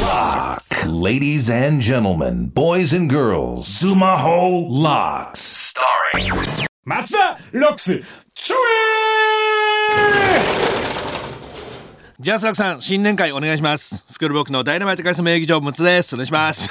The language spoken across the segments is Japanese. Lock. Ladies and gentlemen, boys and girls, Sumaho Locks. Starring 松田ロックスチョエジャスラクさん、新年会お願いします。スクールボックのダイナマイト会社名義上、ムツです。お願いします。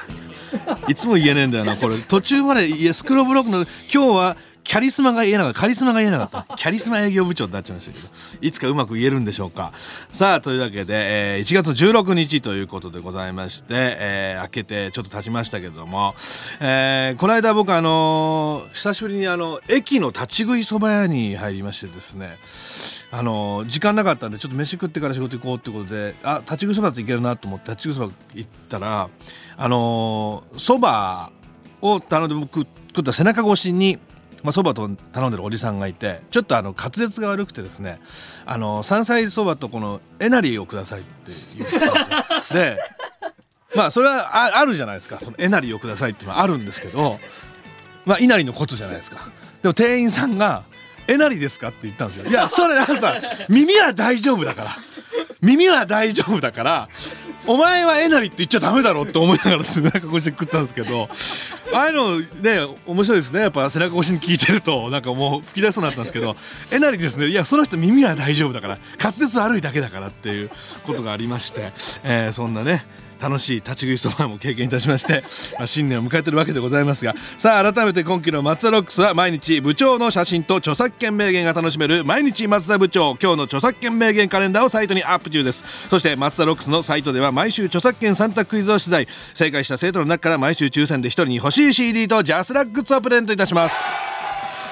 いつも言えねえんだよな、これ。途中まで、いや、スクローブロックの、今日は、キャリスマが言えなかった。カリスマが言えなかった。キャリスマ営業部長になっちゃいましたけど、いつかうまく言えるんでしょうか。さあ、というわけで、えー1月16日ということでございまして、えー明けてちょっと経ちましたけども、えーこの間僕、あのー久しぶりに、あの、駅の立ち食いそば屋に入りましてですね、あの時間なかったんでちょっと飯食ってから仕事行こうってことであ立ち食いそばだといけるなと思って立ち食いそば行ったらあのそばを頼んで僕食った背中越しにまあそばと頼んでるおじさんがいてちょっとあの滑舌が悪くてですねあの山菜そばとこのえなりをくださいって言ってたんですよ。でまあそれはああるじゃないですかそのえなりをくださいっていうのはあるんですけどまあ、稲荷のことじゃないですか。でも店員さんが、えなりですかって言ったんですよ。いや、それ、あのさ、耳は大丈夫だから。耳は大丈夫だから、お前はえなりって言っちゃダメだろって思いながら背中越しに食ってたんですけど、ああいうのね、面白いですね。やっぱ背中越しに聞いてると、なんかもう吹き出しそうになったんですけど、えなりですね、いや、その人耳は大丈夫だから、滑舌悪いだけだからっていうことがありまして、えーそんなね、楽しい立ち食いそばも経験いたしまして、 まあ、新年を迎えてるわけでございますがさあ改めて今期の「マツダロックス」は毎日部長の写真と著作権名言が楽しめる「毎日松田部長今日の著作権名言カレンダー」をサイトにアップ中ですそしてマツダロックスのサイトでは毎週著作権3択クイズを取材正解した生徒の中から毎週抽選で1人に欲しい CD とジャスラックグッズをプレゼントいたします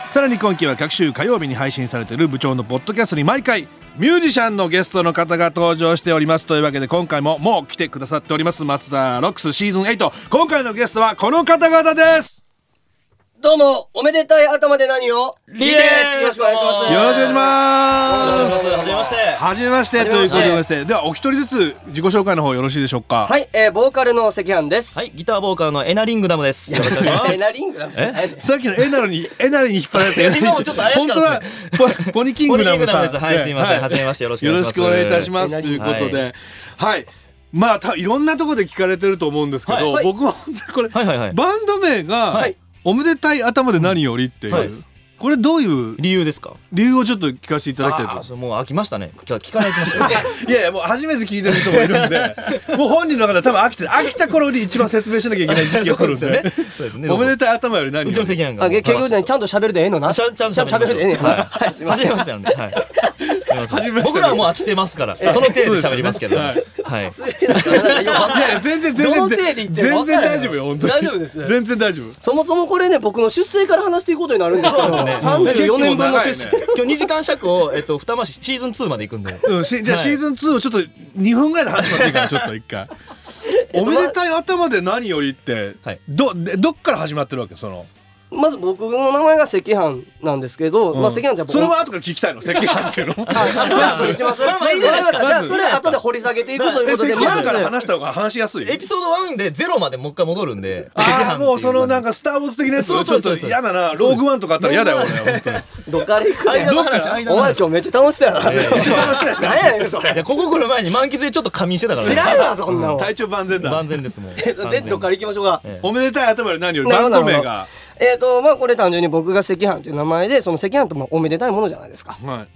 さらに今期は各週火曜日に配信されている部長のポッドキャストに毎回ミュージシャンのゲストの方が登場しておりますというわけで今回ももう来てくださっております松田ロックスシーズン8今回のゲストはこの方々ですどうも、おめでたい頭で何をリーですよろしくお願いします。よろしくお願いしますはじめまして。はじめましてということでございましてではお一人ずつ自己紹介の方よろしいでしょうかはい、えー、ボーカルの赤飯です。はい、ギターボーカルのエナリングダムです。よろしくお願いします。えー、ナリングだえさっきのエナロにエナリに引っ張られて今もちょっと怪し本か当ったはですポポニキングダムさポんニキングダムですはいすいません初めましてよろしくお願いしよろますしくお願いいたしますとえいうことではいまあたいろんなところで聞かれてると思うんですけどはい僕は本当にこれはいはいはい。バンド名がはい「おめでたい頭で何より」っていはいうこれどういう理由ですか。理由をちょっと聞かせていただきたいあーとそうもう飽きましたね。今日聞かないきました よ。いやいやもう初めて聞いてる人もいるんで もう本人の方多分飽きて飽きた頃に一番説明しなきゃいけない時期が来るん そうでですよね。そうですね。おめでとたい頭より何ようちのり席なんか。あ、結局ね、ちゃんと喋るでええのな。あしゃちゃんとちゃんと喋るでええねんな。はいはい、すいま初せんめ。ましてなんで。はい。すいません初めまして僕らはもう飽きてますから。その程度で喋りますけど。そうですはい。いやいや全然どの全程度言然って全も然分からん大丈夫よ本当に大丈夫ですね全然大丈夫 そもそもこれね、僕の出生から話していくことになるんですけど、そうですね34年分の出結構長。生いね今日二時間尺をえっと二回しシーズン2まで行くんで。うん、しじゃあはいシーズン2をちょっと2分ぐらいで始まっていいからちょっと一 回おめでたい頭で何よりってはいどでどっから始まってるわけそのまず僕の名前が赤飯なんですけど、まあ赤飯ってやっぱそれは後から聞きたいの赤飯っていうの あ、あそれはそうします。まあまあいいじゃないですかじゃあ、それは後で掘り下げていくといえうことで、赤飯からまず話した方が話しやすいエピソード1でゼロまでもう一回戻るんで。ああもうそのなんか。かスター・ウォーズ的なやつちそょうそっうそとうそう嫌だなローグワンとかあったら嫌だよ俺本 当にどっから行くねん間の話お間の前話今日めっちゃ楽しそうやな。 何やねん、そいやれ。ここ来る前に満喫でちょっと仮眠してたからね。知らんわ、そんなもん。 体調万全だ万全ですもん。で、どっから行きましょうか。ええおめでたい頭より何よりなるバほンどド名がえーとまあ、これ単純に僕が赤飯という名前でその赤飯とまあおめでたいものじゃないですかはい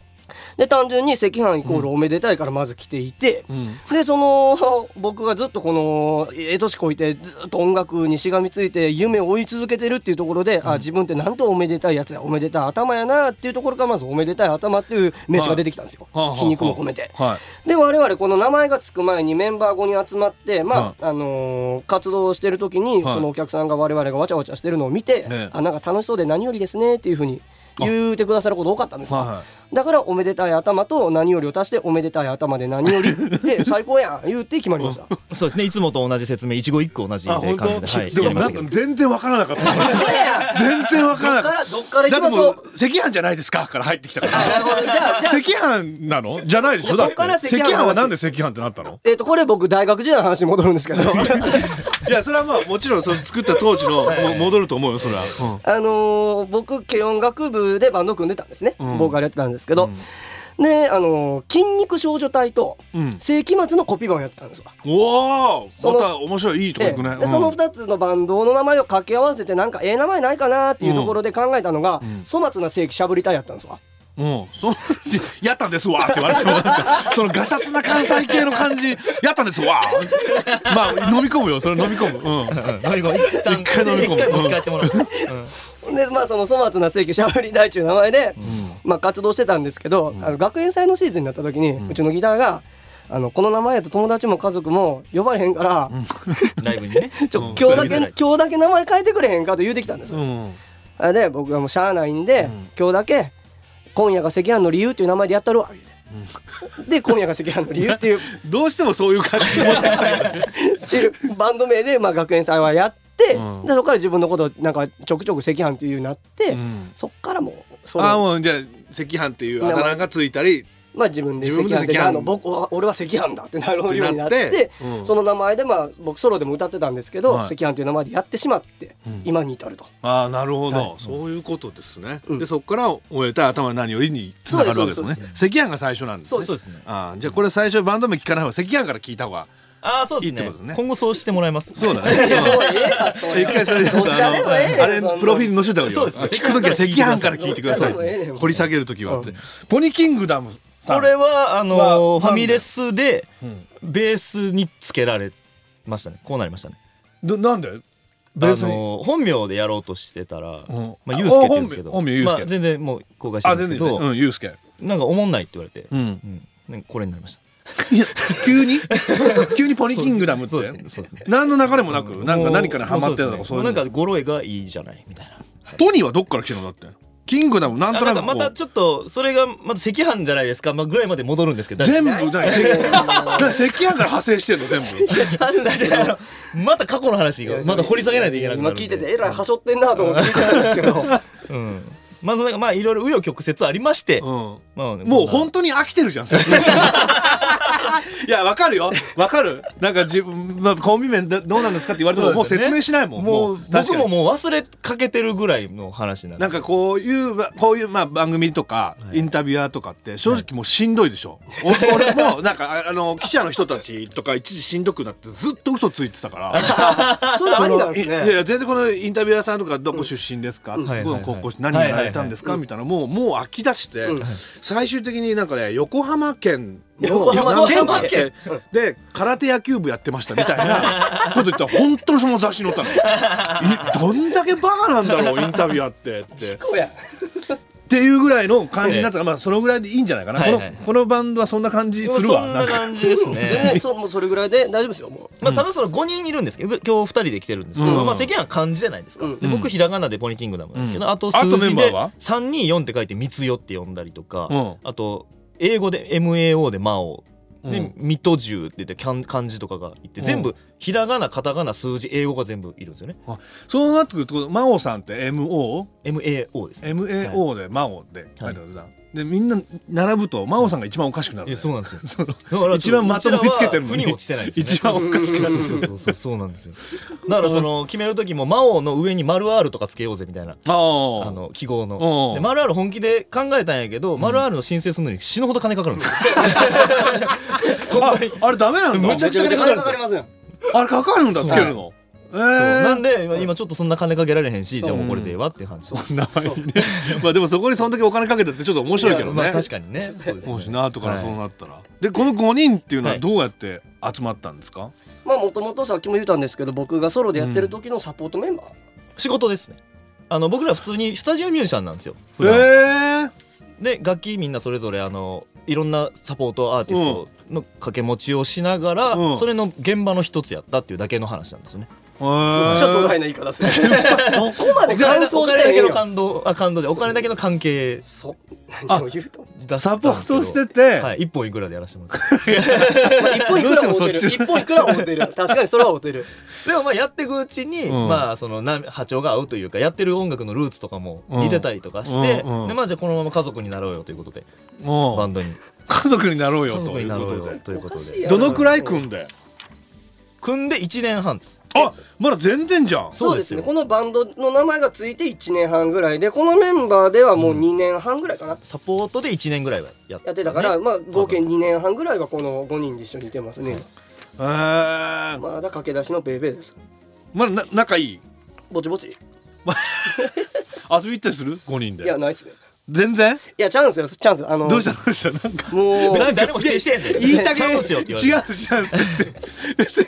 で単純に赤飯イコールおめでたいからまず来ていて、でその 僕がずっとこのええ年こいてずっと音楽にしがみついて夢を追い続けてるっていうところで、あ自分ってなんとおめでたいやつやおめでたい頭やなっていうところからまずおめでたい頭っていう名詞が出てきたんですよ、はいはあはあ皮肉も込めて、はいで我々この名前がつく前にメンバー5人集まって、まああのー活動してる時に、はいそのお客さんが我々がわちゃわちゃしてるのを見て、ええあなんか楽しそうで何よりですねっていうふうに言うてくださること多かったんですよ、はいはだから「おめでたい頭」と「何より」を足して「おめでたい頭で何より」 で最高やん言うて決まりましたそうですね。いつもと同じ説明、一期一句同じあ感本じで当、はい、でやもりまなしんたけかど。全然わからなかった 全然わからなかったどっからどだっっから行きまてしょもうう赤飯じゃないですかから入ってきたからなるほどじゃあじゃあ赤飯なのじゃないでしょいやだってこっから赤飯赤飯はなんで赤飯ってなったのえっとこれ僕大学時代の話に戻るんですけどいやそれはまあもちろんその作った当時のも戻ると思うよそれは、あのー僕軽音楽部でバンド組んでたんですね、ボーカルやってたんですけど、であの筋肉少女隊とうん世紀末のコピー版をやってたんですわ、おおそまのた面白いいいとこ行くね、でそのうん2つのバンドの名前を掛け合わせてなんかええ名前ないかなっていうところで考えたのが、粗末な世紀しゃぶり隊やったんですわうん、その やったんですわって言われてもなんかその ガサツな関西系の感じやったんですわまあ飲み込むよそれ飲み込むうん飲み込む一旦 一回飲み込む一回持ち帰ってもらう、うんでまあその粗末な世紀しゃぶり隊っていう名前で、まあ、活動してたんですけど、あの学園祭のシーズンになった時に、うちのギターがあの「この名前やと友達も家族も呼ばれへんから、ライブにねちうょん今日だそれけ見づらい今日だけ名前変えてくれへんか」と言うてきた んですよ、うんあれで僕がもうしゃあないんで、今日だけ「今夜が赤飯の理由」っていう名前でやったるわ言うて。で今夜が赤飯の理由っていうどうしてもそういう感じ持ってきたいよねっていうバンド名で、まあ、学園祭はやって、うんでそこから自分のことをなんかちょくちょく赤飯っていうようになって、うんそっからもうそのああもうじゃあ赤飯っていうあだ名がついたりまあ自分で自赤分で飯で赤飯あの僕は俺は赤飯だってなるようになっってなてってうんその名前でまあ僕ソロでも歌ってたんですけど、はい赤飯という名前でやってしまって、今に至ると。ああなるほど、はそういうことですね、うんでそこから終えた頭の何よりにつながるわけですもんねそう赤飯が最初なんですねそうですねああじゃあこれ最初バンド名聞かない方が赤飯から聞いた方がああそうですねいいってことですね今後そうしてもらいますそうだねもうええわ それ一回それちょっとあどっちでもええねんのあれそんなプロフィール載せた方がいいそうよですね聞くときは赤飯から聞いてくださいどっちでもええねん掘り下げるときはってうんポニーキングダムさんこれはあのまあーファミレスでベースにつけられましたねこうなりましたねどなんであベのースにー本名でやろうとしてたら、んまあユウスケって言うんですけあど本名本名ユウスケまあ、全然もう公開してるあんで全すけ然ど、うんユウスケなんかおもんないって言われて、ううんんなんかこれになりましたいや急に 急にポニーキングダムっそうですてねそうですね何の流れもなくなんか何かにハマってたともかうそういうもうのなんか語呂絵がいいじゃないみたいなポニーはどっから来てるのだってキングダムなんとあななんかくこまたうちょっとそれがまず赤飯じゃないですか、まあ、ぐらいまで戻るんですけど全部何赤 赤飯から派生してんの全部ちゃうねんだからまた過去の話が また掘り下げないといけなくな今るんで聞いててえらいはしょってんなと思って聞いてたんですけ どうん、まずなんかまあいろいろ紆余曲折ありまして、うんまあね、もうこん本当に飽きてる じゃん説明するのいやわかるよわかるなんか自分、まあ、コンビ名どどうなんですかって言われても、なもう説明しないもんもう確かに僕ももう忘れかけてるぐらいの話なんでなんかこういうこういうまあ番組とかはいインタビュアーとかって正直もうしんどいでしょ、お俺もなんかああの記者の人たちとか一時しんどくなってずっと嘘ついてたからそういうのありなんいですいねやいや全然このインタビュアーさんとかどこ出身ですか、んどこはいはいはのい高校して何やられたんですか、みたいなもうもう飽き出して、うん最終的になんかね横浜県の横浜県なんとかってで空手野球部やってましたみたいなこと言ったら本当にその雑誌に載ったのいどんだけバカなんだろうインタビュアーってって。こうやっていうぐらいの感じになってたからまあそのぐらいでいいんじゃないかな、はいはいこのこのバンドはそんな感じするわそんななんか感じですね ねそうもうそれぐらいで大丈夫ですよもまあ、ただその5人いるんですけど今日2人で来てるんですけど、うんまあ、関は漢字じゃないですか、うんで僕ひらがなでポニーキングダムなんですけど、うんあとあ数とメン字バーでは324って書いて「三つよ」って呼んだりとか、うんあと英語で「MAO」で「魔王」で「うん水戸銃」って言ってキャン漢字とかがいて全部ひらがなカタカナ数字英語が全部いるんですよね。あそうなってくると真央さんって MOMAO MAO ですね。で真央で書いてあるじゃん、でみんな並ぶと真央さんが一番おかしくなるいね、やそうなんですよ。そのだから一番まともにつけてるのこちらは腑にに落ちてないですよね一番おかしくなるそうそうそうそうそうなんですよ。だからその決める時も魔王の上に丸 R とかつけようぜみたいな。ああのの記号おうので丸 R 本気で考えたんやけど丸 R の申請するのに死ぬほど金かかるんですよああれダメなんだむちゃうくちゃ金かかるんでますよすやんあれかかるんだそうつけるのえそうなんーで今今ちょっとそんな金かけられへんしじゃあもうこれでええわっていう話名前にねまあでもそこにそんだけお金かけたってちょっと面白いけどね、まあ確かにねそうですねもしな後からそうなったら、でこの5人っていうのはどうやって集まったんですか、まあもともとさっきも言ったんですけど僕がソロでやってる時のサポートメンバー、仕事ですねあの僕ら普通にスタジオミュージシャンなんですよえ普段えで楽器みんなそれぞれあのいろんなサポートアーティストの掛け持ちをしながら、うんそれの現場の一つやったっていうだけの話なんですよね。めっちゃドライな言い方 ですねそこまでお金感だお想し金だてへけんよの感動あ感動でお金だけの関係そ何を言うとだったんですけどサポートしてて、はい一本いくらでやらせてもらっ まあ一本いくらも合うてどうるして一本いくらも合う てる確かにそれは合うてるてでもまあやっていくうちに、うんまあそのな波長が合うというかやってる音楽のルーツとかも似てたりとかして、うんうんうんでまあじゃあこのまま家族になろうよということでもうバンドに家族になろう家よ族といにうなころうとよでということおかしいでやろどのくらい組んで組んで1年半ですあまだ全然じゃんそうですねこのバンドの名前がついて1年半ぐらいでこのメンバーではもう2年半ぐらいかな、サポートで1年ぐらいはやっやってたから、ねまあ合計2年半ぐらいはこの5人で一緒にいてますね、えー、まだ駆け出しのベイベーですまだな仲いいぼちぼち遊び行ったりする5人いでやないっすね全然いやチャンスよチャンスあのどうしたどうしたなん か もう別に誰も否定してへんねん言いたくチねャえンスよって言われ違てう違うって別に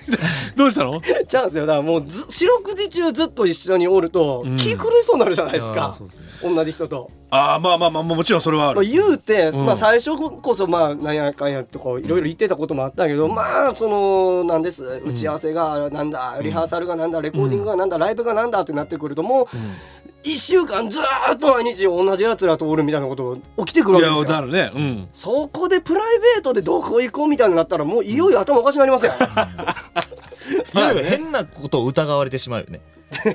どうしたのチャンスよだからもうず四六時中ずっと一緒におると、気狂いそうになるじゃないですいやーかそうですね同じ人と、ああまあまあまあもちろんそれはあまあ、る言うて、んまあ、最初こそまあなんやかんやとかいろいろ言ってたこともあったけど、まあそのなんです打ち合わせがなんだ、リハーサルがなんだレコーディングがなんだ、ライブがなんだってなってくるともう、一週間ずーっと毎日同じやつらとおるみたいなこと起きてくるいわけやですよなるねうんそこでプライベートでどこ行こうみたいになったらもういよいよ頭おかしくなりますよいわゆる変なことを疑われてしまうよね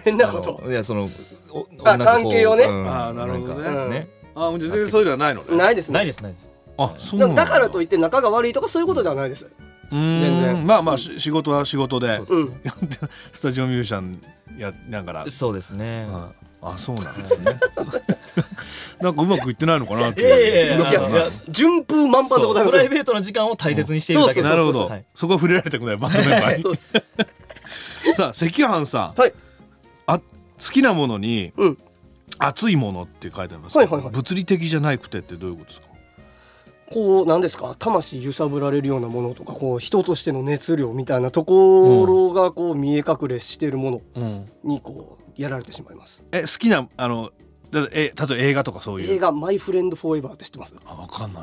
変なことあのいやそのおあ女の子関係をねうんあーなるほどねんかああ全然そういうのはないのねないですねないですないですあそうでなもんだからといって仲が悪いとかそういうことではないです全全然まあまあし仕事は仕事でうんスタジオミュージシャンやりながらそうですねああそうなんです ねなんかうまくいってないのかなっていやいやいいうやなんいやかいやな順風満帆でそごうざいますプライベートな時間を大切にしているだけですなるほどはいそこは触れられたくないバンドメンバーにそうですさあ赤飯さん、はいあ好きなものにうん熱いものって書いてありますけど、はいはいはい物理的じゃなくてってどういうことですかこう何ですか魂揺さぶられるようなものとかこう人としての熱量みたいなところがこう見え隠れしてるものにこうやられてしまいますえ好きなあのだえ例えば映画とかそういう映画「マイ・フレンド・フォーエバー」って知ってますあわかんない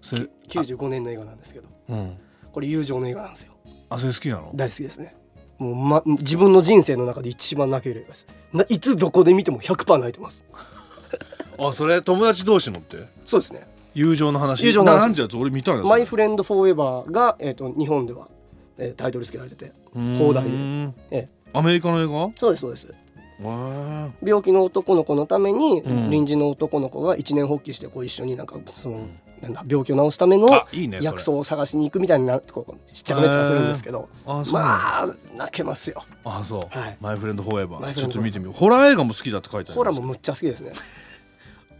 それ95年の映画なんですけどあ,、うん、これ友情の映画なんですよあそれ好きなの大好きですねもう、ま、自分の人生の中で一番泣ける映画ですないつどこで見ても100%泣いてますあそれ友達同士のってそうですね友情の話友情の話ななんてやつ俺見たいなマイフレンドフォーエバーが、えー、と日本では、えータイトル付けられてて、放題ででええアメリカの映画そうですそうですへ病気の男の子のために、うん臨時の男の子が一年発起してこう一緒になんかそのなんだ病気を治すためのあいいねそれ薬草を探しに行くみたいなこうしっちゃかめっちゃかするんですけどえあそうまあ泣けますよあそう、はいマイフレンドフォーエバマーイちフレょンっと見てドフォーエバーみようホラー映画も好きだって書いてあるホラーもむっちゃ好きですね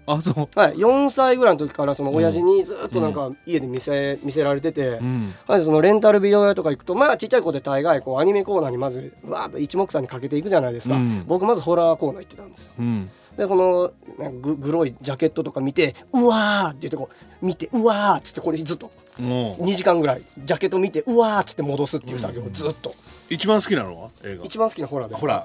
あそうはい4歳ぐらいの時からその親父にずっとなんか家で見せ見せられてて、んはい、そのレンタルビデオ屋とか行くとまあちっちゃい子で大概こうアニメコーナーにまずわーっと一目散にかけていくじゃないですか、うん僕まずホラーコーナー行ってたんですようんでこのなんかググロいジャケットとか見て「うわー」って言ってこう見て「うわー」っつってこれずっともう2時間ぐらいジャケット見て「うわー」っつって戻すっていう作業をずっと、一番好きなのは映画一番好きなホラーですほら、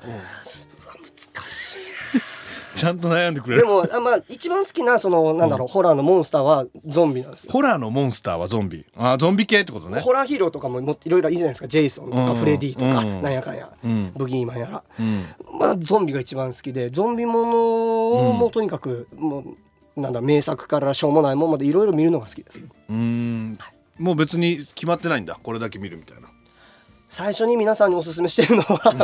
ちゃんと悩んでくれでるもあまあ一番好きなそのなんだろう、ホラーのモンスターはゾンビなんですよホラーのモンスターはゾンビあーゾンビ系ってことねホラーヒーローとかももいろいろいいじゃないですかジェイソンとうんうかんフレディとか、うんなんやかんや、うんブギーマンやら、うんまあゾンビが一番好きでゾンビものをもうとにかくもうなんだ名作からしょうもないもんまでいろいろ見るのが好きですうーんもう別に決まってないんだこれだけ見るみたいな最初に皆さんにおすすめしてるの は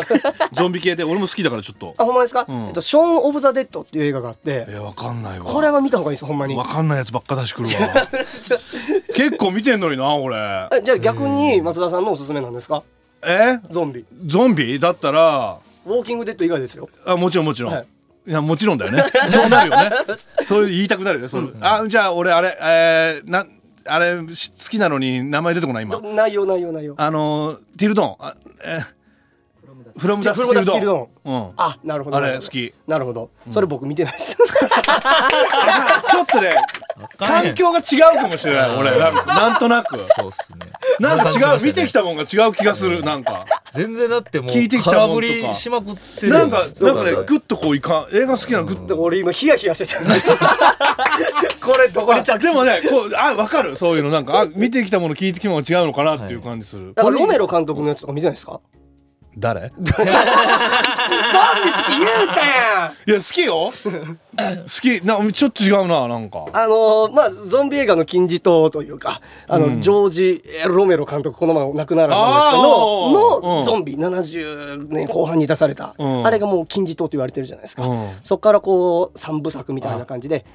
ゾンビ系で俺も好きだからちょっと あほんまですか、うんえっと、ショーン・オブ・ザ・デッドっていう映画があってえーわかんないわこれは見た方がいいですほんまにわかんないやつばっか出してくる わ結構見てんのにな俺えじゃあ逆に松田さんのおすすめなんですかえゾンビゾンビだったらウォーキング・デッド以外ですよあもちろんもちろん、はいい、やもちろんだよねそうなる よねそういう言いたくなるよねそうあじゃあ俺あれえー、なあれし好きなのに名前出てこない今ど内容内容内容あのーティルドンあえーフロムダスフテロィムダルドスティルドンンうんあなるほどあれなるほど好きなるほどそれ僕見てないです、 ちょっとねかんな環い境が違うかもしれない俺なんかなんとなくそうっすねなんか違う見てきたたもんが違う気がするなんか全然だっても聞いうてきた空もん振とかりしまくってるなんかなんかねそうだグッとこういかん映画好きなのグッでとも俺今ヒヤヒヤし てたこれどこに着あ地でもねこうあ分かるそういうのなんかあ 見てきたもの聞いてきたもの違うのかなっていう感じする、だからロメロ監督のやつとか見てないですか誰ゾンビ好き言うたや んいや好き よ好きなちょっと違うななんかあのーまあゾンビ映画の金字塔というかあの、ジョージ・ロメロ監督この前亡くなられたんですけあどーのうんゾンビ70年後半に出された、うんあれがもう金字塔と言われてるじゃないですか、うんそこからこう三部作みたいな感じで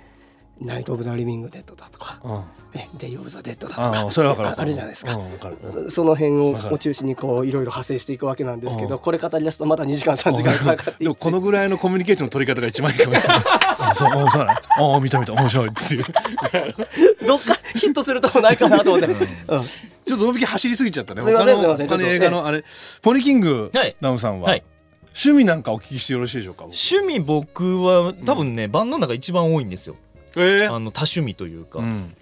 ナイト・オブ・ザ・リビング・デッドだとか、うんねデイ・オブ・ザ・デッドだとあかあそれは分かるああるじゃないですかうん、分かるその辺をわかるを中心にこういろいろ派生していくわけなんですけうどこれ語り出すとまた2時間3時間かかっでていもてこのぐらいのコミュニケーションの取り方が一番いいかもしれ ないあそうあそうだねああ見た見た面白いっていうどっかヒットするとこないかなと思って、うんちょっとその時走りすぎちゃったね。すいません他のすいません他のちょっと映画のあれ、ポニーキング、はいナムさんは、はい趣味なんかお聞きしてよろしいでしょうか。僕趣味僕は多分ね、バンドの中一番多いんですよええあの多趣味というか、うん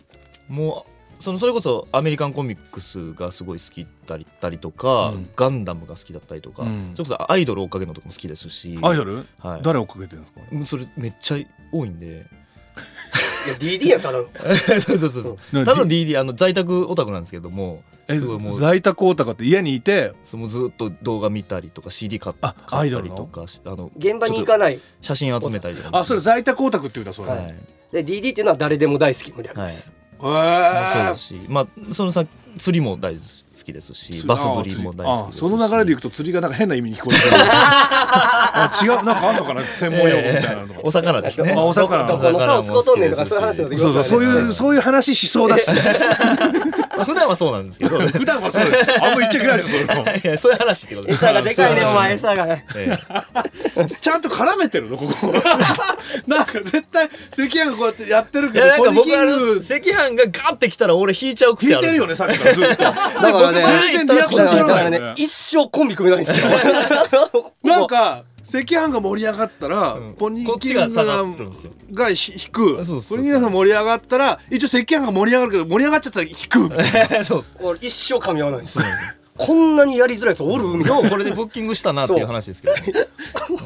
もうそのそれこそアメリカンコミックスがすごい好きだったりとか、うんガンダムが好きだったりとか、うんそれこそアイドル追っかけるのとかも好きですしアイドル、はい誰をかけてるんですか。もうそれめっちゃ多い んでいや DD やったらそうそうそうそううんただの DD あの在宅オタクなんですけどもえすごいもう在宅オタクって家にいて、そのずっと動画見たりとか CD 買っあ買ったアイドルりのとかしあの現場に行かいない写真集めたりとかもあ、それ在宅オタクって言うんだ、それ。は、はいい、で DD っていうのは誰でも大好きの略はでい、す、そうえですしまあそのさ釣りも大好きですしえ。バス釣りも大好きあですしその流れでいくと釣りがなんか変な意味に聞こえ てくるあ違うなんかあんのかな専門用語みたいなのおとか、魚ですね。まあお魚どこの差をつこうとんねんとかそういう話になってくるそうそうそうはいうそういう話しそうだしまあ普段はそうなんですけ ど。い普段はそうだよあんま言っちゃいけないでしょそれもやそういう話ってことです。餌がでかいねお前え餌がえ。ちゃんと絡めてるのここ なんか絶対赤飯こうやってやってるいけやどなんポかニー僕キあングの赤飯がガってきたら俺引いちゃう聞癖あいる。てるよねさっきからずっ とだからね全然リアクショだン取からだから ならいねよね一生コンビ組めないんですよなんか赤飯が盛り上がったら、うんポニこーっキちングがが下がってるん ですよ。がひ引くあそうですポニーキングが盛り上がったら一応赤飯が盛り上がるけど盛り上がっちゃったら引く みたいなそうです。俺一生噛み合わないんですよこんなにやりづらい人おるみたいどうこれでブッキングしたなっていう話ですけどね。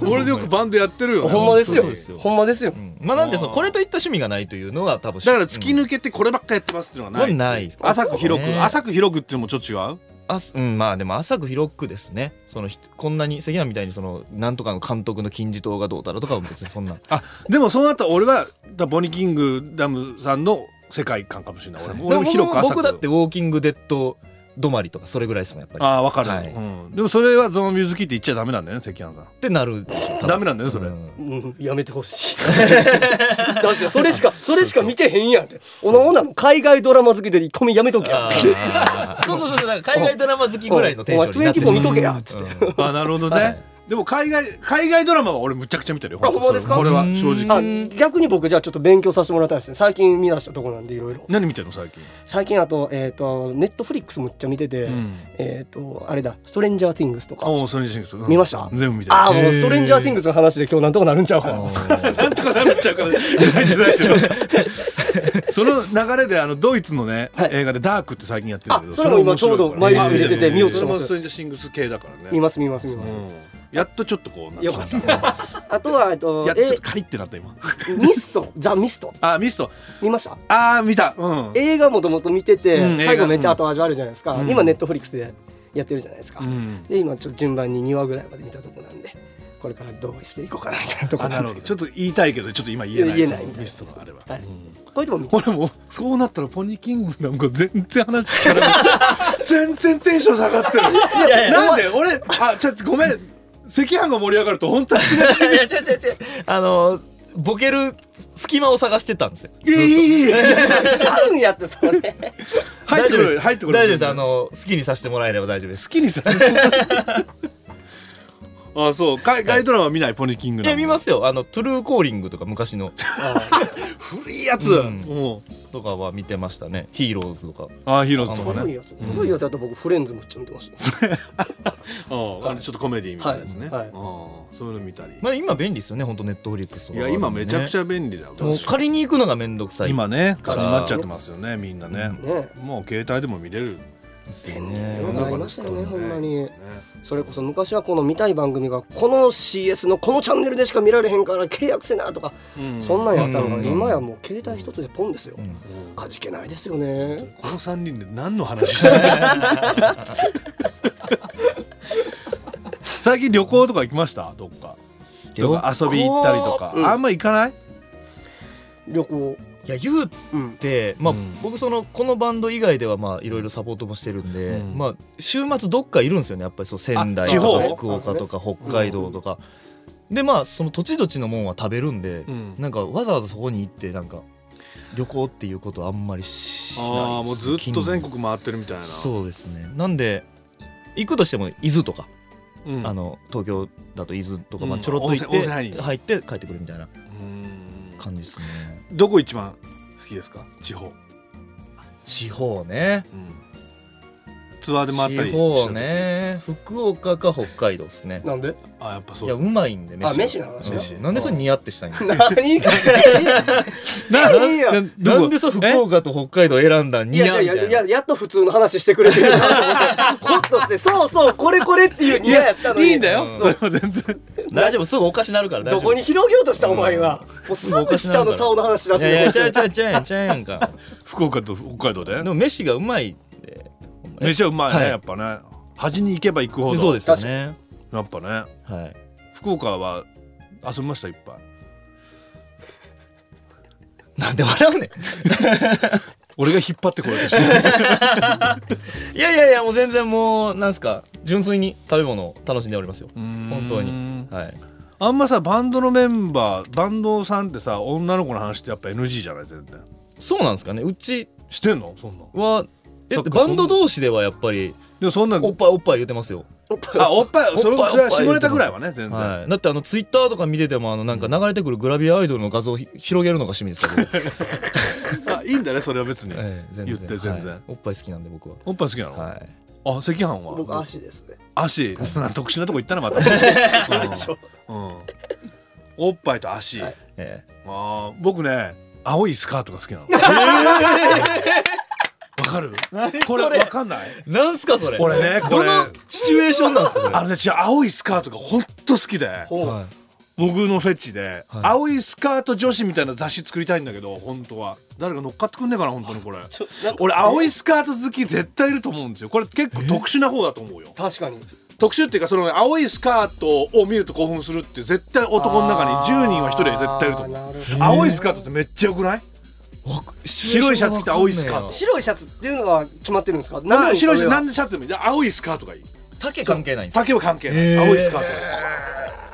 俺でよくバンドやってるよなねほんまですよそうですよほんまですようんまあなんでそのこれといった趣味がないというのは多分。だから突き抜けてこればっかやってますっていうのはない、うんない浅く広く、そうね浅く広くっていうのもちょっと違うあすうん、まあでも浅く広くですねそのひこんなに関谷みたいにそのなんとかの監督の金字塔がどうたらとかは別にそんなあでもそうなったら俺はだボニーキングダムさんの世界観かもしれない俺も俺も広くでも浅く僕僕だって「ウォーキング・デッド」止まりとかそれぐらいですもんやっぱりああ分かる、はいうん、でもそれはゾンビ好きって言っちゃダメなんだよね関谷さんってなるでしょ多分ダメなんだよそれ、うんうんやめてほしいだってそれしかそれしか見てへんやんっておのおなの海外ドラマ好きでコミやめとけやあーそうそうそうそうなんか海外ドラマ好きぐらいのテンションになってお前24見とけやっつっててあなるほどね、はいでも海外海外ドラマは俺むちゃくちゃ見てるよあ本当ほんまですかこれは正あ直逆に僕じゃあちょっと勉強させてもらいたいですね最近見出したとこなんでいろいろ何見てるの最近最近あとえっ、とネットフリックスむっちゃ見てて、んえっ、とあれだ「ストレンジャー・ティングス」とかおおストレンジャーシングス、うん見ました全部見てるああもへうストレンジャー・ティングスの話で今日なんとかなるんちゃうかななんとかなっ ちゃうから大丈夫大丈夫その流れであのドイツのね、はい映画で「ダーク」って最近やってるけどあそれも今ちょうどマイリスト入れてて見ようとしそてれますもストレンジャーシングス系だから見ね、ます見ます見まうす、ん、やっとちょっとこうなよかったあとはえっとやっとえちょっとカリってなった今ミストザ・ミストあミスト見ましたああ見たうん映画もともと見てて、うん最映画後めっちゃ後味あるじゃないですか、うん今ネットフリックスでやってるじゃないですか、うんで今ちょっと順番に2話ぐらいまで見たとこなんでこれからどうしていこうかなみたいなとこあななんるでほすどちょけっと言いたいけどちょっと今言えない言えないそのみたいなミストがあればど、はいこういうとこ見て俺もそうなったらポニーキングなんか全然話聞かない全然テンション下がってるなんで俺あちょっとごめん赤飯が盛り上がると本当にいやいや違う違う違うあのボケる隙間を探してたんですよいいいいいいあ るんやってそれ入ってく大丈夫でるす入ってくる大丈夫ですあの好きにさせてもらえれば大丈夫です好きにさせて あそう海外ドラマ見ない、ポニーキングいや見ますすよあのトゥルーコーリングとか昔の古いやつ、うんもうとかは見てましたねヒーローズとかあーヒーローズとか古いねやつ古いやつだと僕フレンズむっちゃ見てましたあーあのちょっとコメディみたいなやつね、はいはいあーそういうの見たり、まあ今便利ですよね本当ネットフリックスいや今めちゃくちゃ便利だよ、もう借りに行くのがめんどくさい今ねから感じになっちゃってますよねみんなね、ねもう携帯でも見れるですよえねようになりましたよねなんかほねんまにねそれこそ昔はこの見たい番組がこの CS のこのチャンネルでしか見られへんから契約せなとか、うんそんなんやったのが、うん今やもう携帯一つでポンですよ、うん味気ないですよねこの3人で何の話してる 最近旅行とか行きましたどっか旅と行か遊び行ったりとか、うんあんま行かない旅行いや言ううんて、まあうん僕そのこのバンド以外ではまあいろいろサポートもしてるんで、うんまあ週末どっかいるんですよねやっぱりそう仙台あ地と方か福岡とか北海道とか、でまあその土地土地のもんは食べるんで、んなんかわざわざそこに行ってなんか旅行っていうことはあんまりしないですああもうずっと全近国回ってるみたいな年そうですねなんで行くとしても伊豆とか、う、ん、あの東京だと伊豆とか、まあ、うんちょろっと行温っ泉温泉入てり入って帰ってくるみたいなうん感じですねどこ一番好きですか地方、地方ねうん、ツアーで回ったり地方ね福岡か北海道ですねなんであやっぱいそやううまいんで飯があ飯の話うん飯なんでそれ似合ってしたんや 何がいいよなどこんでそう福え岡と北海道選んだん 似や合ういみたやいいなややっと普通の話してくれてるなと思ってほっとしてそうそうこれこれっていうニヤやったのにいいんだよ、うんそれは全然大丈夫すぐおかしなるから大丈ど夫こに広げようとしたお前はもうすぐ下の竿の話出いすやいやちゃねうちゃうちゃうやんちゃうやんか福岡と北海道ででも飯がうまいってほんまに飯はうまいね、はいやっぱね端に行けば行くほどそうですよねやっぱねはい福岡は遊びましたいっぱいなんで笑うね俺が引っ張ってこようとし てるんいやいやいやもう全然もうなんすか純粋に食べ物を楽しんでおりますよ本本当にはいあんまさバンドのメンバーバンドさんってさ女の子の話ってやっぱ NG じゃない全然そうなんですかねうちしてんのそんなんはえそっかバンド同士ではやっぱりでもそんなおっぱいおっぱい言ってますよあおっぱいそれおっぱいそれはおっぱい下ネタぐらいはね全然、はい、だってあのツイッターとか見ててもあのなんか流れてくるグラビアアイドルの画像をひ広げるのが趣味ですから、 僕あいいんだねそれは別に、ええ全言って全然はいおっぱい好きなんで僕は、おっぱい好きなの、はい、あ赤飯は僕足ですね足特殊なと こ行ったなま たうんでしょうんおっぱいと足、はいえ えあー僕ね青いスカートが好きなのわかるこれそれわかんないなんすかそれ俺ねこどれのシチュエーションなんですかそれあのね違う青いスカートがほんと好きでほうはい僕のフェチで、はい青いスカート女子みたいな雑誌作りたいんだけど本当は誰か乗っかってくんねえかな本当にこれなんか俺青いスカート好き絶対いると思うんですよこれ結構特殊な方だと思うよ確かに特殊っていうかその青いスカートを見ると興奮するって絶対男の中に10人は1人は絶対いると思うあーなるほど青いスカートってめっちゃよくないわシチュ白エーいショャンがツ着わかてんねえ青いなスカート白いシャツっていうのは決まってるんですかな白いシャツなん何でシャツでもいいで青いスカートがいい丈関係ないんですか竹は関係ない、へー青いスカート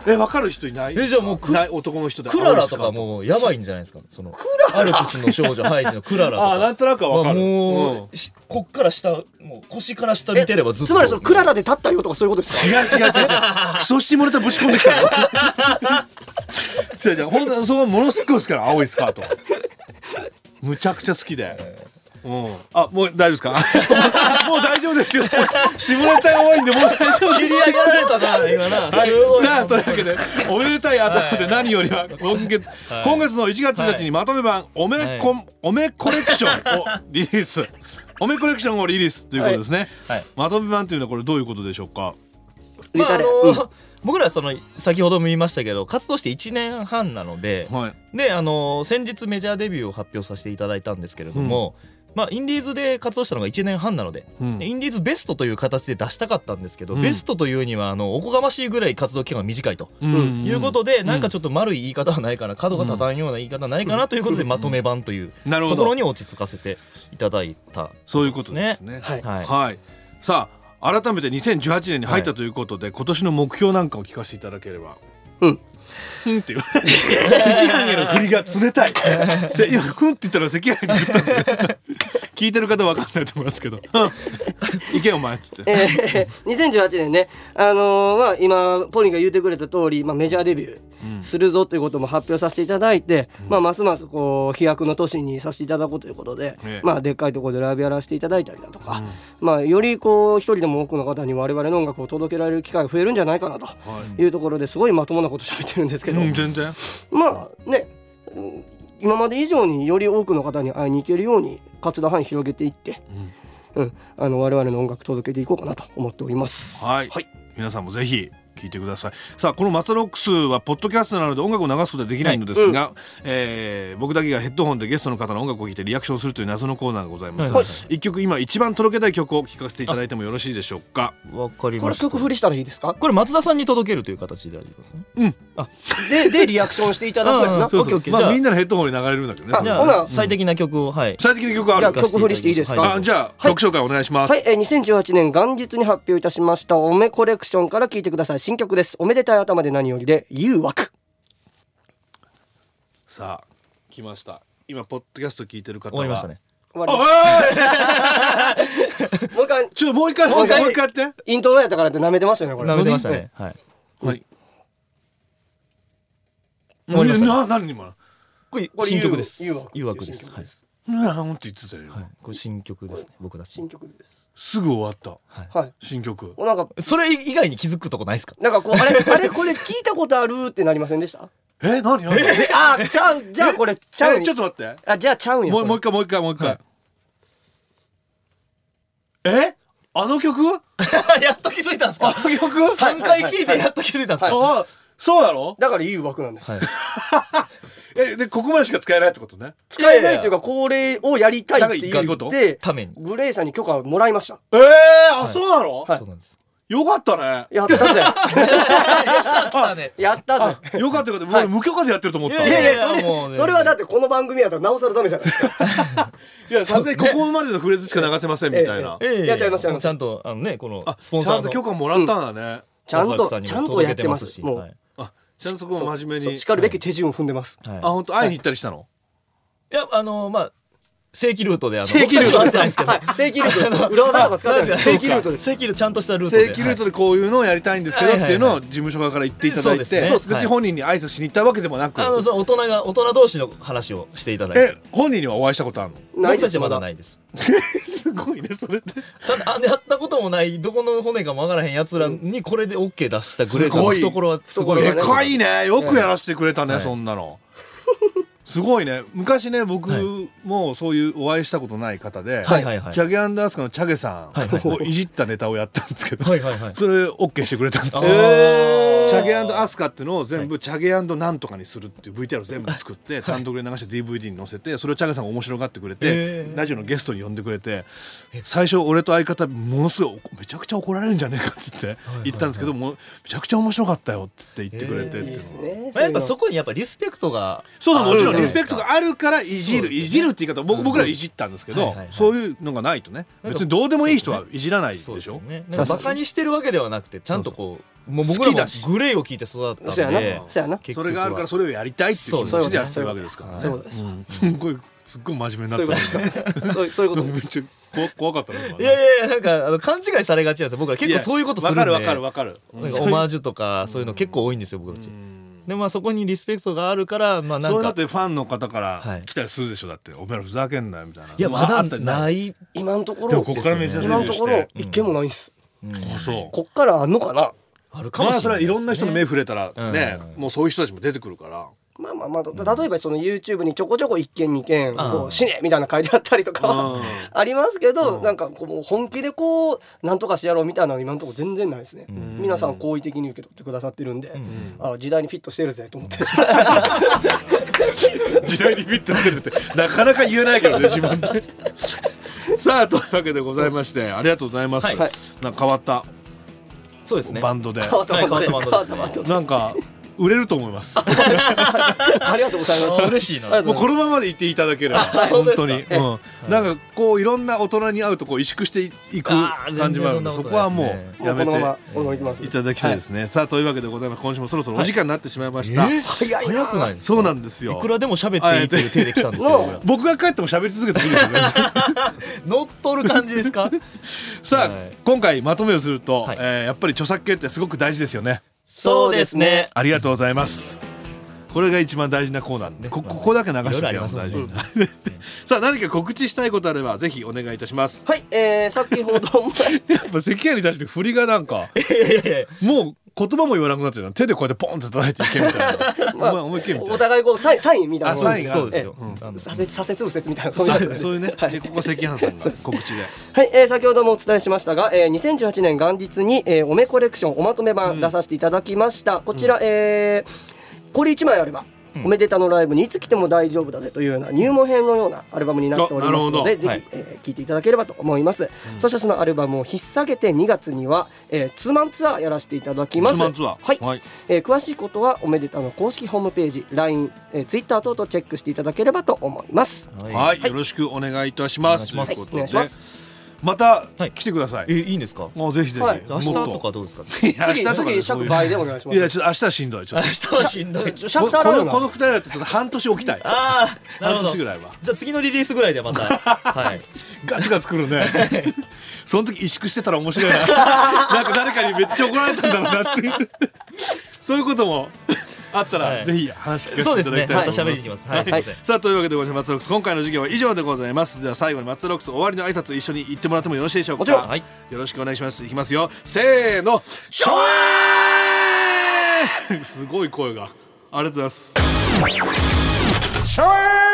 え分かる人いないえじゃあもうくない男の人でクララ青とかいスカートもうやばいんじゃないですかそのアルプスの少女ハイジのクララとああーなんかとなくは分まかある、もう、しこっから下もう腰から下見てればずっとつまりそのクララで立ったよとかそういうことです違う違う違う違う クソしてもらったぶち込んできたの 違う違う本当にそこはものすごく好きなの青いスカートむちゃくちゃ好きで、うん、あもう大丈夫ですか もう大丈夫ですよ下ネタが多いんでもう大丈夫で切すり上げられたな 今なはいすご、いさあというわけでおめでたい頭で何よりは今月,、はい今月の1月1日にまとめ版「おめこん、おめコレクション」をリリー スおめコレクションをリリースということですね、はいはいまとめ版というのはこれどういうことでしょうかまああ誰のうんー僕らその先ほども言いましたけど活動して1年半なのではいであのー先日メジャーデビューを発表させていただいたんですけれども、まあ、インディーズで活動したのが1年半なので,で、うんインディーズベストという形で出したかったんですけど、うんベストというにはあのおこがましいぐらい活動期間が短いと。うんうんいうことで、なんかちょっと丸い言い方はないかな角が立たんような言い方ないかなということでまとめ版というなるほところどに落ち着かせていただいた、そういうことですねはいはいはいさあ改めて2018年に入ったということで、今年の目標なんかを聞かせていただければうんうんっていう赤飯への振りが冷たいせ今ふんって言ったら赤飯に振ったんですけど聞いてる方わかんないと思いますけど「うん」っつって「いけよお前」っつってえー2018年ね、あのーまあ、今ポニーが言ってくれた通り、まあ、メジャーデビューするぞということも発表させていただいて、まあ、ますますこう飛躍の年にさせていただこうということで、ええまあ、でっかいところでライブやらせていただいたりだとか、まあ、よりこう一人でも多くの方に我々の音楽を届けられる機会が増えるんじゃないかなというところですごいまともなこと喋ってるんですけど、うん全然まあね、うん今まで以上により多くの方に会いに行けるように活動範囲広げていって、うん、あの我々の音楽届けていこうかなと思っております。はい、皆さんもぜひ聞いてくださいさあこの「マツロックス」はポッドキャストなので音楽を流すことはできないのですが、えー僕だけがヘッドホンでゲストの方の音楽を聴いてリアクションするという謎のコーナーがございます、はい一曲今一番届けたい曲を聴かせていただいてもよろしいでしょうかわかりこまれした曲振りしたらいいですか これ松田さんに届けるという形でありますねででリアクションしていただくからなうんそうそうオッケーオッケーまじゃああみんなのヘッドホンに流れるんだけどねあそじのほゃなあ最適な曲をはい最適な曲はあるじゃあ曲振りしていいですかはあじゃあはい曲紹介お願いします、はい、えー、2018年元日に発表いたしました「おめコレクション」から聴いてください新曲です「おめでたい頭で何より」で「誘惑さあ来ました「今ポッドキャスト聞いてる方は終わりましたね終わりおまいすもう一回ちょっともう一回ももうう一一回回やってイントロやったからって舐めてましたよねこれ舐めてましたねはいはい終わりましたねな何今これこれ新曲です誘惑誘惑です新曲はいなんて言ってたよ、はいこれ新曲ですね僕たち新曲ですすぐ終わったはいはい新曲おなんかそれ以外に気づくとこないですかなんかこうあれあれこれ聞いたことあるってなりませんでしたえ何何えあちゃうじゃあこれちゃうえちょっと待ってあじゃあちゃうんやもうもうこ一回もう一回もう一回、えあの曲 やっと気づいたんですかあの曲3回聞いてやっと気づいたんですかあそうだろれだからいい誘惑なんです、はいえでここまでしか使えないってことね使えないというかこれをやりたいってだからいい言こっとてためにグレイさんに許可をもらいましたえー、あ、はいそうなの、そうなんですよかったねやったぜあねやったぜよかったよかった、はいもう無許可でやってると思ったいいやいやいそやれもうねそれはだってこの番組やったらなおさらダメじゃないですかいやさすがにここまでのフレーズしか流せませんみたいな、ええいやちゃいますちゃいますちゃんとあのねこのあスポンサーちゃんとの許可もらったんだね、ちゃんと松崎さにちもゃんとやってま届すけもう、はいあちゃんとそこも真面そ目うにしかるべき手順を踏んでます、はいあ本当会いに行ったりしたの、いやあのまあ正規ルートであの正規ルー僕トたちはやってないんですけどはい正規ルートです裏技とか使ってないです正規ルートです正規ルートちゃんとしたルートで正規ルートはでこういうのをやりたいんですけどっはていいうのを事務所側から言っていただいて、そうですね別に本人に挨拶しに行ったわけでもないく、あのそう大人が大人同士の話をしていただいえて本人にはお会いしたことあるのない僕でたすちはまだいないですすごいねそれってただあのやったこともないどこの骨かもわからへんやつらにこれで OK 出したグレーさんのすごい懐はすごいでかいねよくやらせてくれたね、はいそんなのすごいね昔ね僕はもそういうお会いしたことない方で、はいはいはいチャゲアンダースカのチャゲさはいはいんをいじったネタをやったんですけど、はいはいはいそれ OK してくれたんですよへチャゲアスカっていうのを全部チャゲなんとかにするっていう VTR を全部作って単独で流して DVD に載せてそれをチャゲさんが面白がってくれてへーラジオのゲストに呼んでくれて最初俺と相方ものすごいめちゃくちゃ怒られるんじゃねえかっつって言ったんですけどもうめちゃくちゃ面白かったよっつって言ってくれてっていいでうすのが。ねやっぱそこにやっぱリスペクトがそうそうもちろんあるリじスゃペないですクかトがあるからいじそうでる、すねいじるって言い方僕僕らはいじったんですけど、はいはいはいそういうのがないとね別にどうでもいい人はいじらないでしそょうですよねなんかバカにしてるわけではなくてちゃんとこうもう僕好きらだもしグレーを聞いて育ったんそうやでなそうやな結局そはれがあるからそれをやりたいっていう気そう持でちすねでやってるわけですからねそうですうんすっごいすっごい真面目になそういうっこたとですそうそういうことめっちゃ怖怖かったね今いねやいやいやなんかあの勘違いされがちなんですよ僕ら結構そういうことするんでわかるわかるわかるなんかオマージュとかそういうの結構多いんですよ僕たちでまあそこにリスペクトがあるからまあなそうんいうのかってファンの方かはらい来たりするでしょだってお前らふざけんなよみたいないやまだあったりないい今のとこでもろこっからめっちゃデですビ今よュのねーとしころて一件もないんですあそうこっからあんのかなあるかもましれないあそれはいろんな人の目フ触れたらねうんもうそういう人たちも出てくるからまあまあまあ例えばその YouTube にちょこちょこ一件二件あーこう死ねみたいなの書いてあったりとかうんは ありますけどうんなんかこうもう本気でこうなんとかしてやろうみたいなの今のところ全然ないですねん皆さん好意的に受け取ってくださってるんでんあ時代にフィットしてるぜと思って 時代にフィットしてるってなかなか言えないけどね自分 でさあというわけでございましてありがとうございます、はいはいなんか変わったそうですねバンドで、変わったバンドで変変わわっったたバンドでバンドすねでなんか売れると思いますありがとうございますあ嬉しいなありがと もううごこざいのままで言っていただければ本本当です当かに、うんなんかこういろんな大人に会うとこう萎縮していくあー感じもあるので全然そんなことそこはもないですうますもや うこめのままこのままいきますていただきたいですね、さあというわけでございます今週もそろそろお時間になってしまいました、え早いな早くないそうなんんですいよくらでも喋っていいっていう手で来たんですけどあえて僕ら僕が帰っても喋り続けていいですよ ね乗っ取る感 じですかさあ、はい今回まとめをすると、はいえーやっぱり著作権ってすごく大事ですよねそうですねありがとうございますこれが一番大事なコーナーで、ねこまあここだけ流していろいろあおりけばますもん大丈ね夫 さあ何か告知したいことあればぜひお願いいたしますはいえー先ほ どもやっぱ関谷に対して振りがなんかいやいやいやもう言葉も言わなくなっちゃうな手でこうやってポンって叩いていけみたいな、まあお前思いっきりみたおいな互いこうサインサインみたいなのあサインがそうですよえうんあのえ左折左折右折みたいなそういうやつそうそういうね、でここ関谷さんが告知ではい、えー先ほどもお伝えしましたが、えー2018年元日に、えーおめコレクションおまとめ版出させていただきました、こちら、えーこれ1枚あれば、おめでたのライブにいつ来ても大丈夫だぜというような入門編のようなアルバムになっておりますのあなるでほどぜひ、えー聞いていただければと思います、そしてそのアルバムを引っ提げて2月には、えーツーマンツアーやらせていただきますツーマンツアーはい、はいえー詳しいことはおめでたの公式ホームページ LINE、えー、Twitter 等々チェックしていただければと思いますはいい、よろしくお願いいたしますお願いしますはいというお願いしことまですまたはい来てください、えいいんですかもうぜひぜひ、はい明もっ日とかどうですかいや明日次とか次そうい尺う倍でお願いしまいやすちょっと明日はしんどいちょっと明日はしんどいちょシャこクターこ洗うのなこの二人だとちょっと半年置きたい ああなる半ほど年ぐじらいはゃあ次のリリースぐらいでまた はいガツガツくるねその時萎縮してたら面 白いななんか誰かにめっちゃ怒られたんだろうなっていうそういうこともあったら、はいぜひ話聞かそうせてでいたすだきたいと思います,、ねまた喋りに行きますはいすいませんさあというわけでございますマツロックス今回の授業は以上でございますじゃあ最後にマツロックス終わりの挨拶一緒に言ってもらってもよろしいでしょうかもちろんはいよろしくお願いしますいきますよせーのショ ーすごい声がありがとうございますちょえー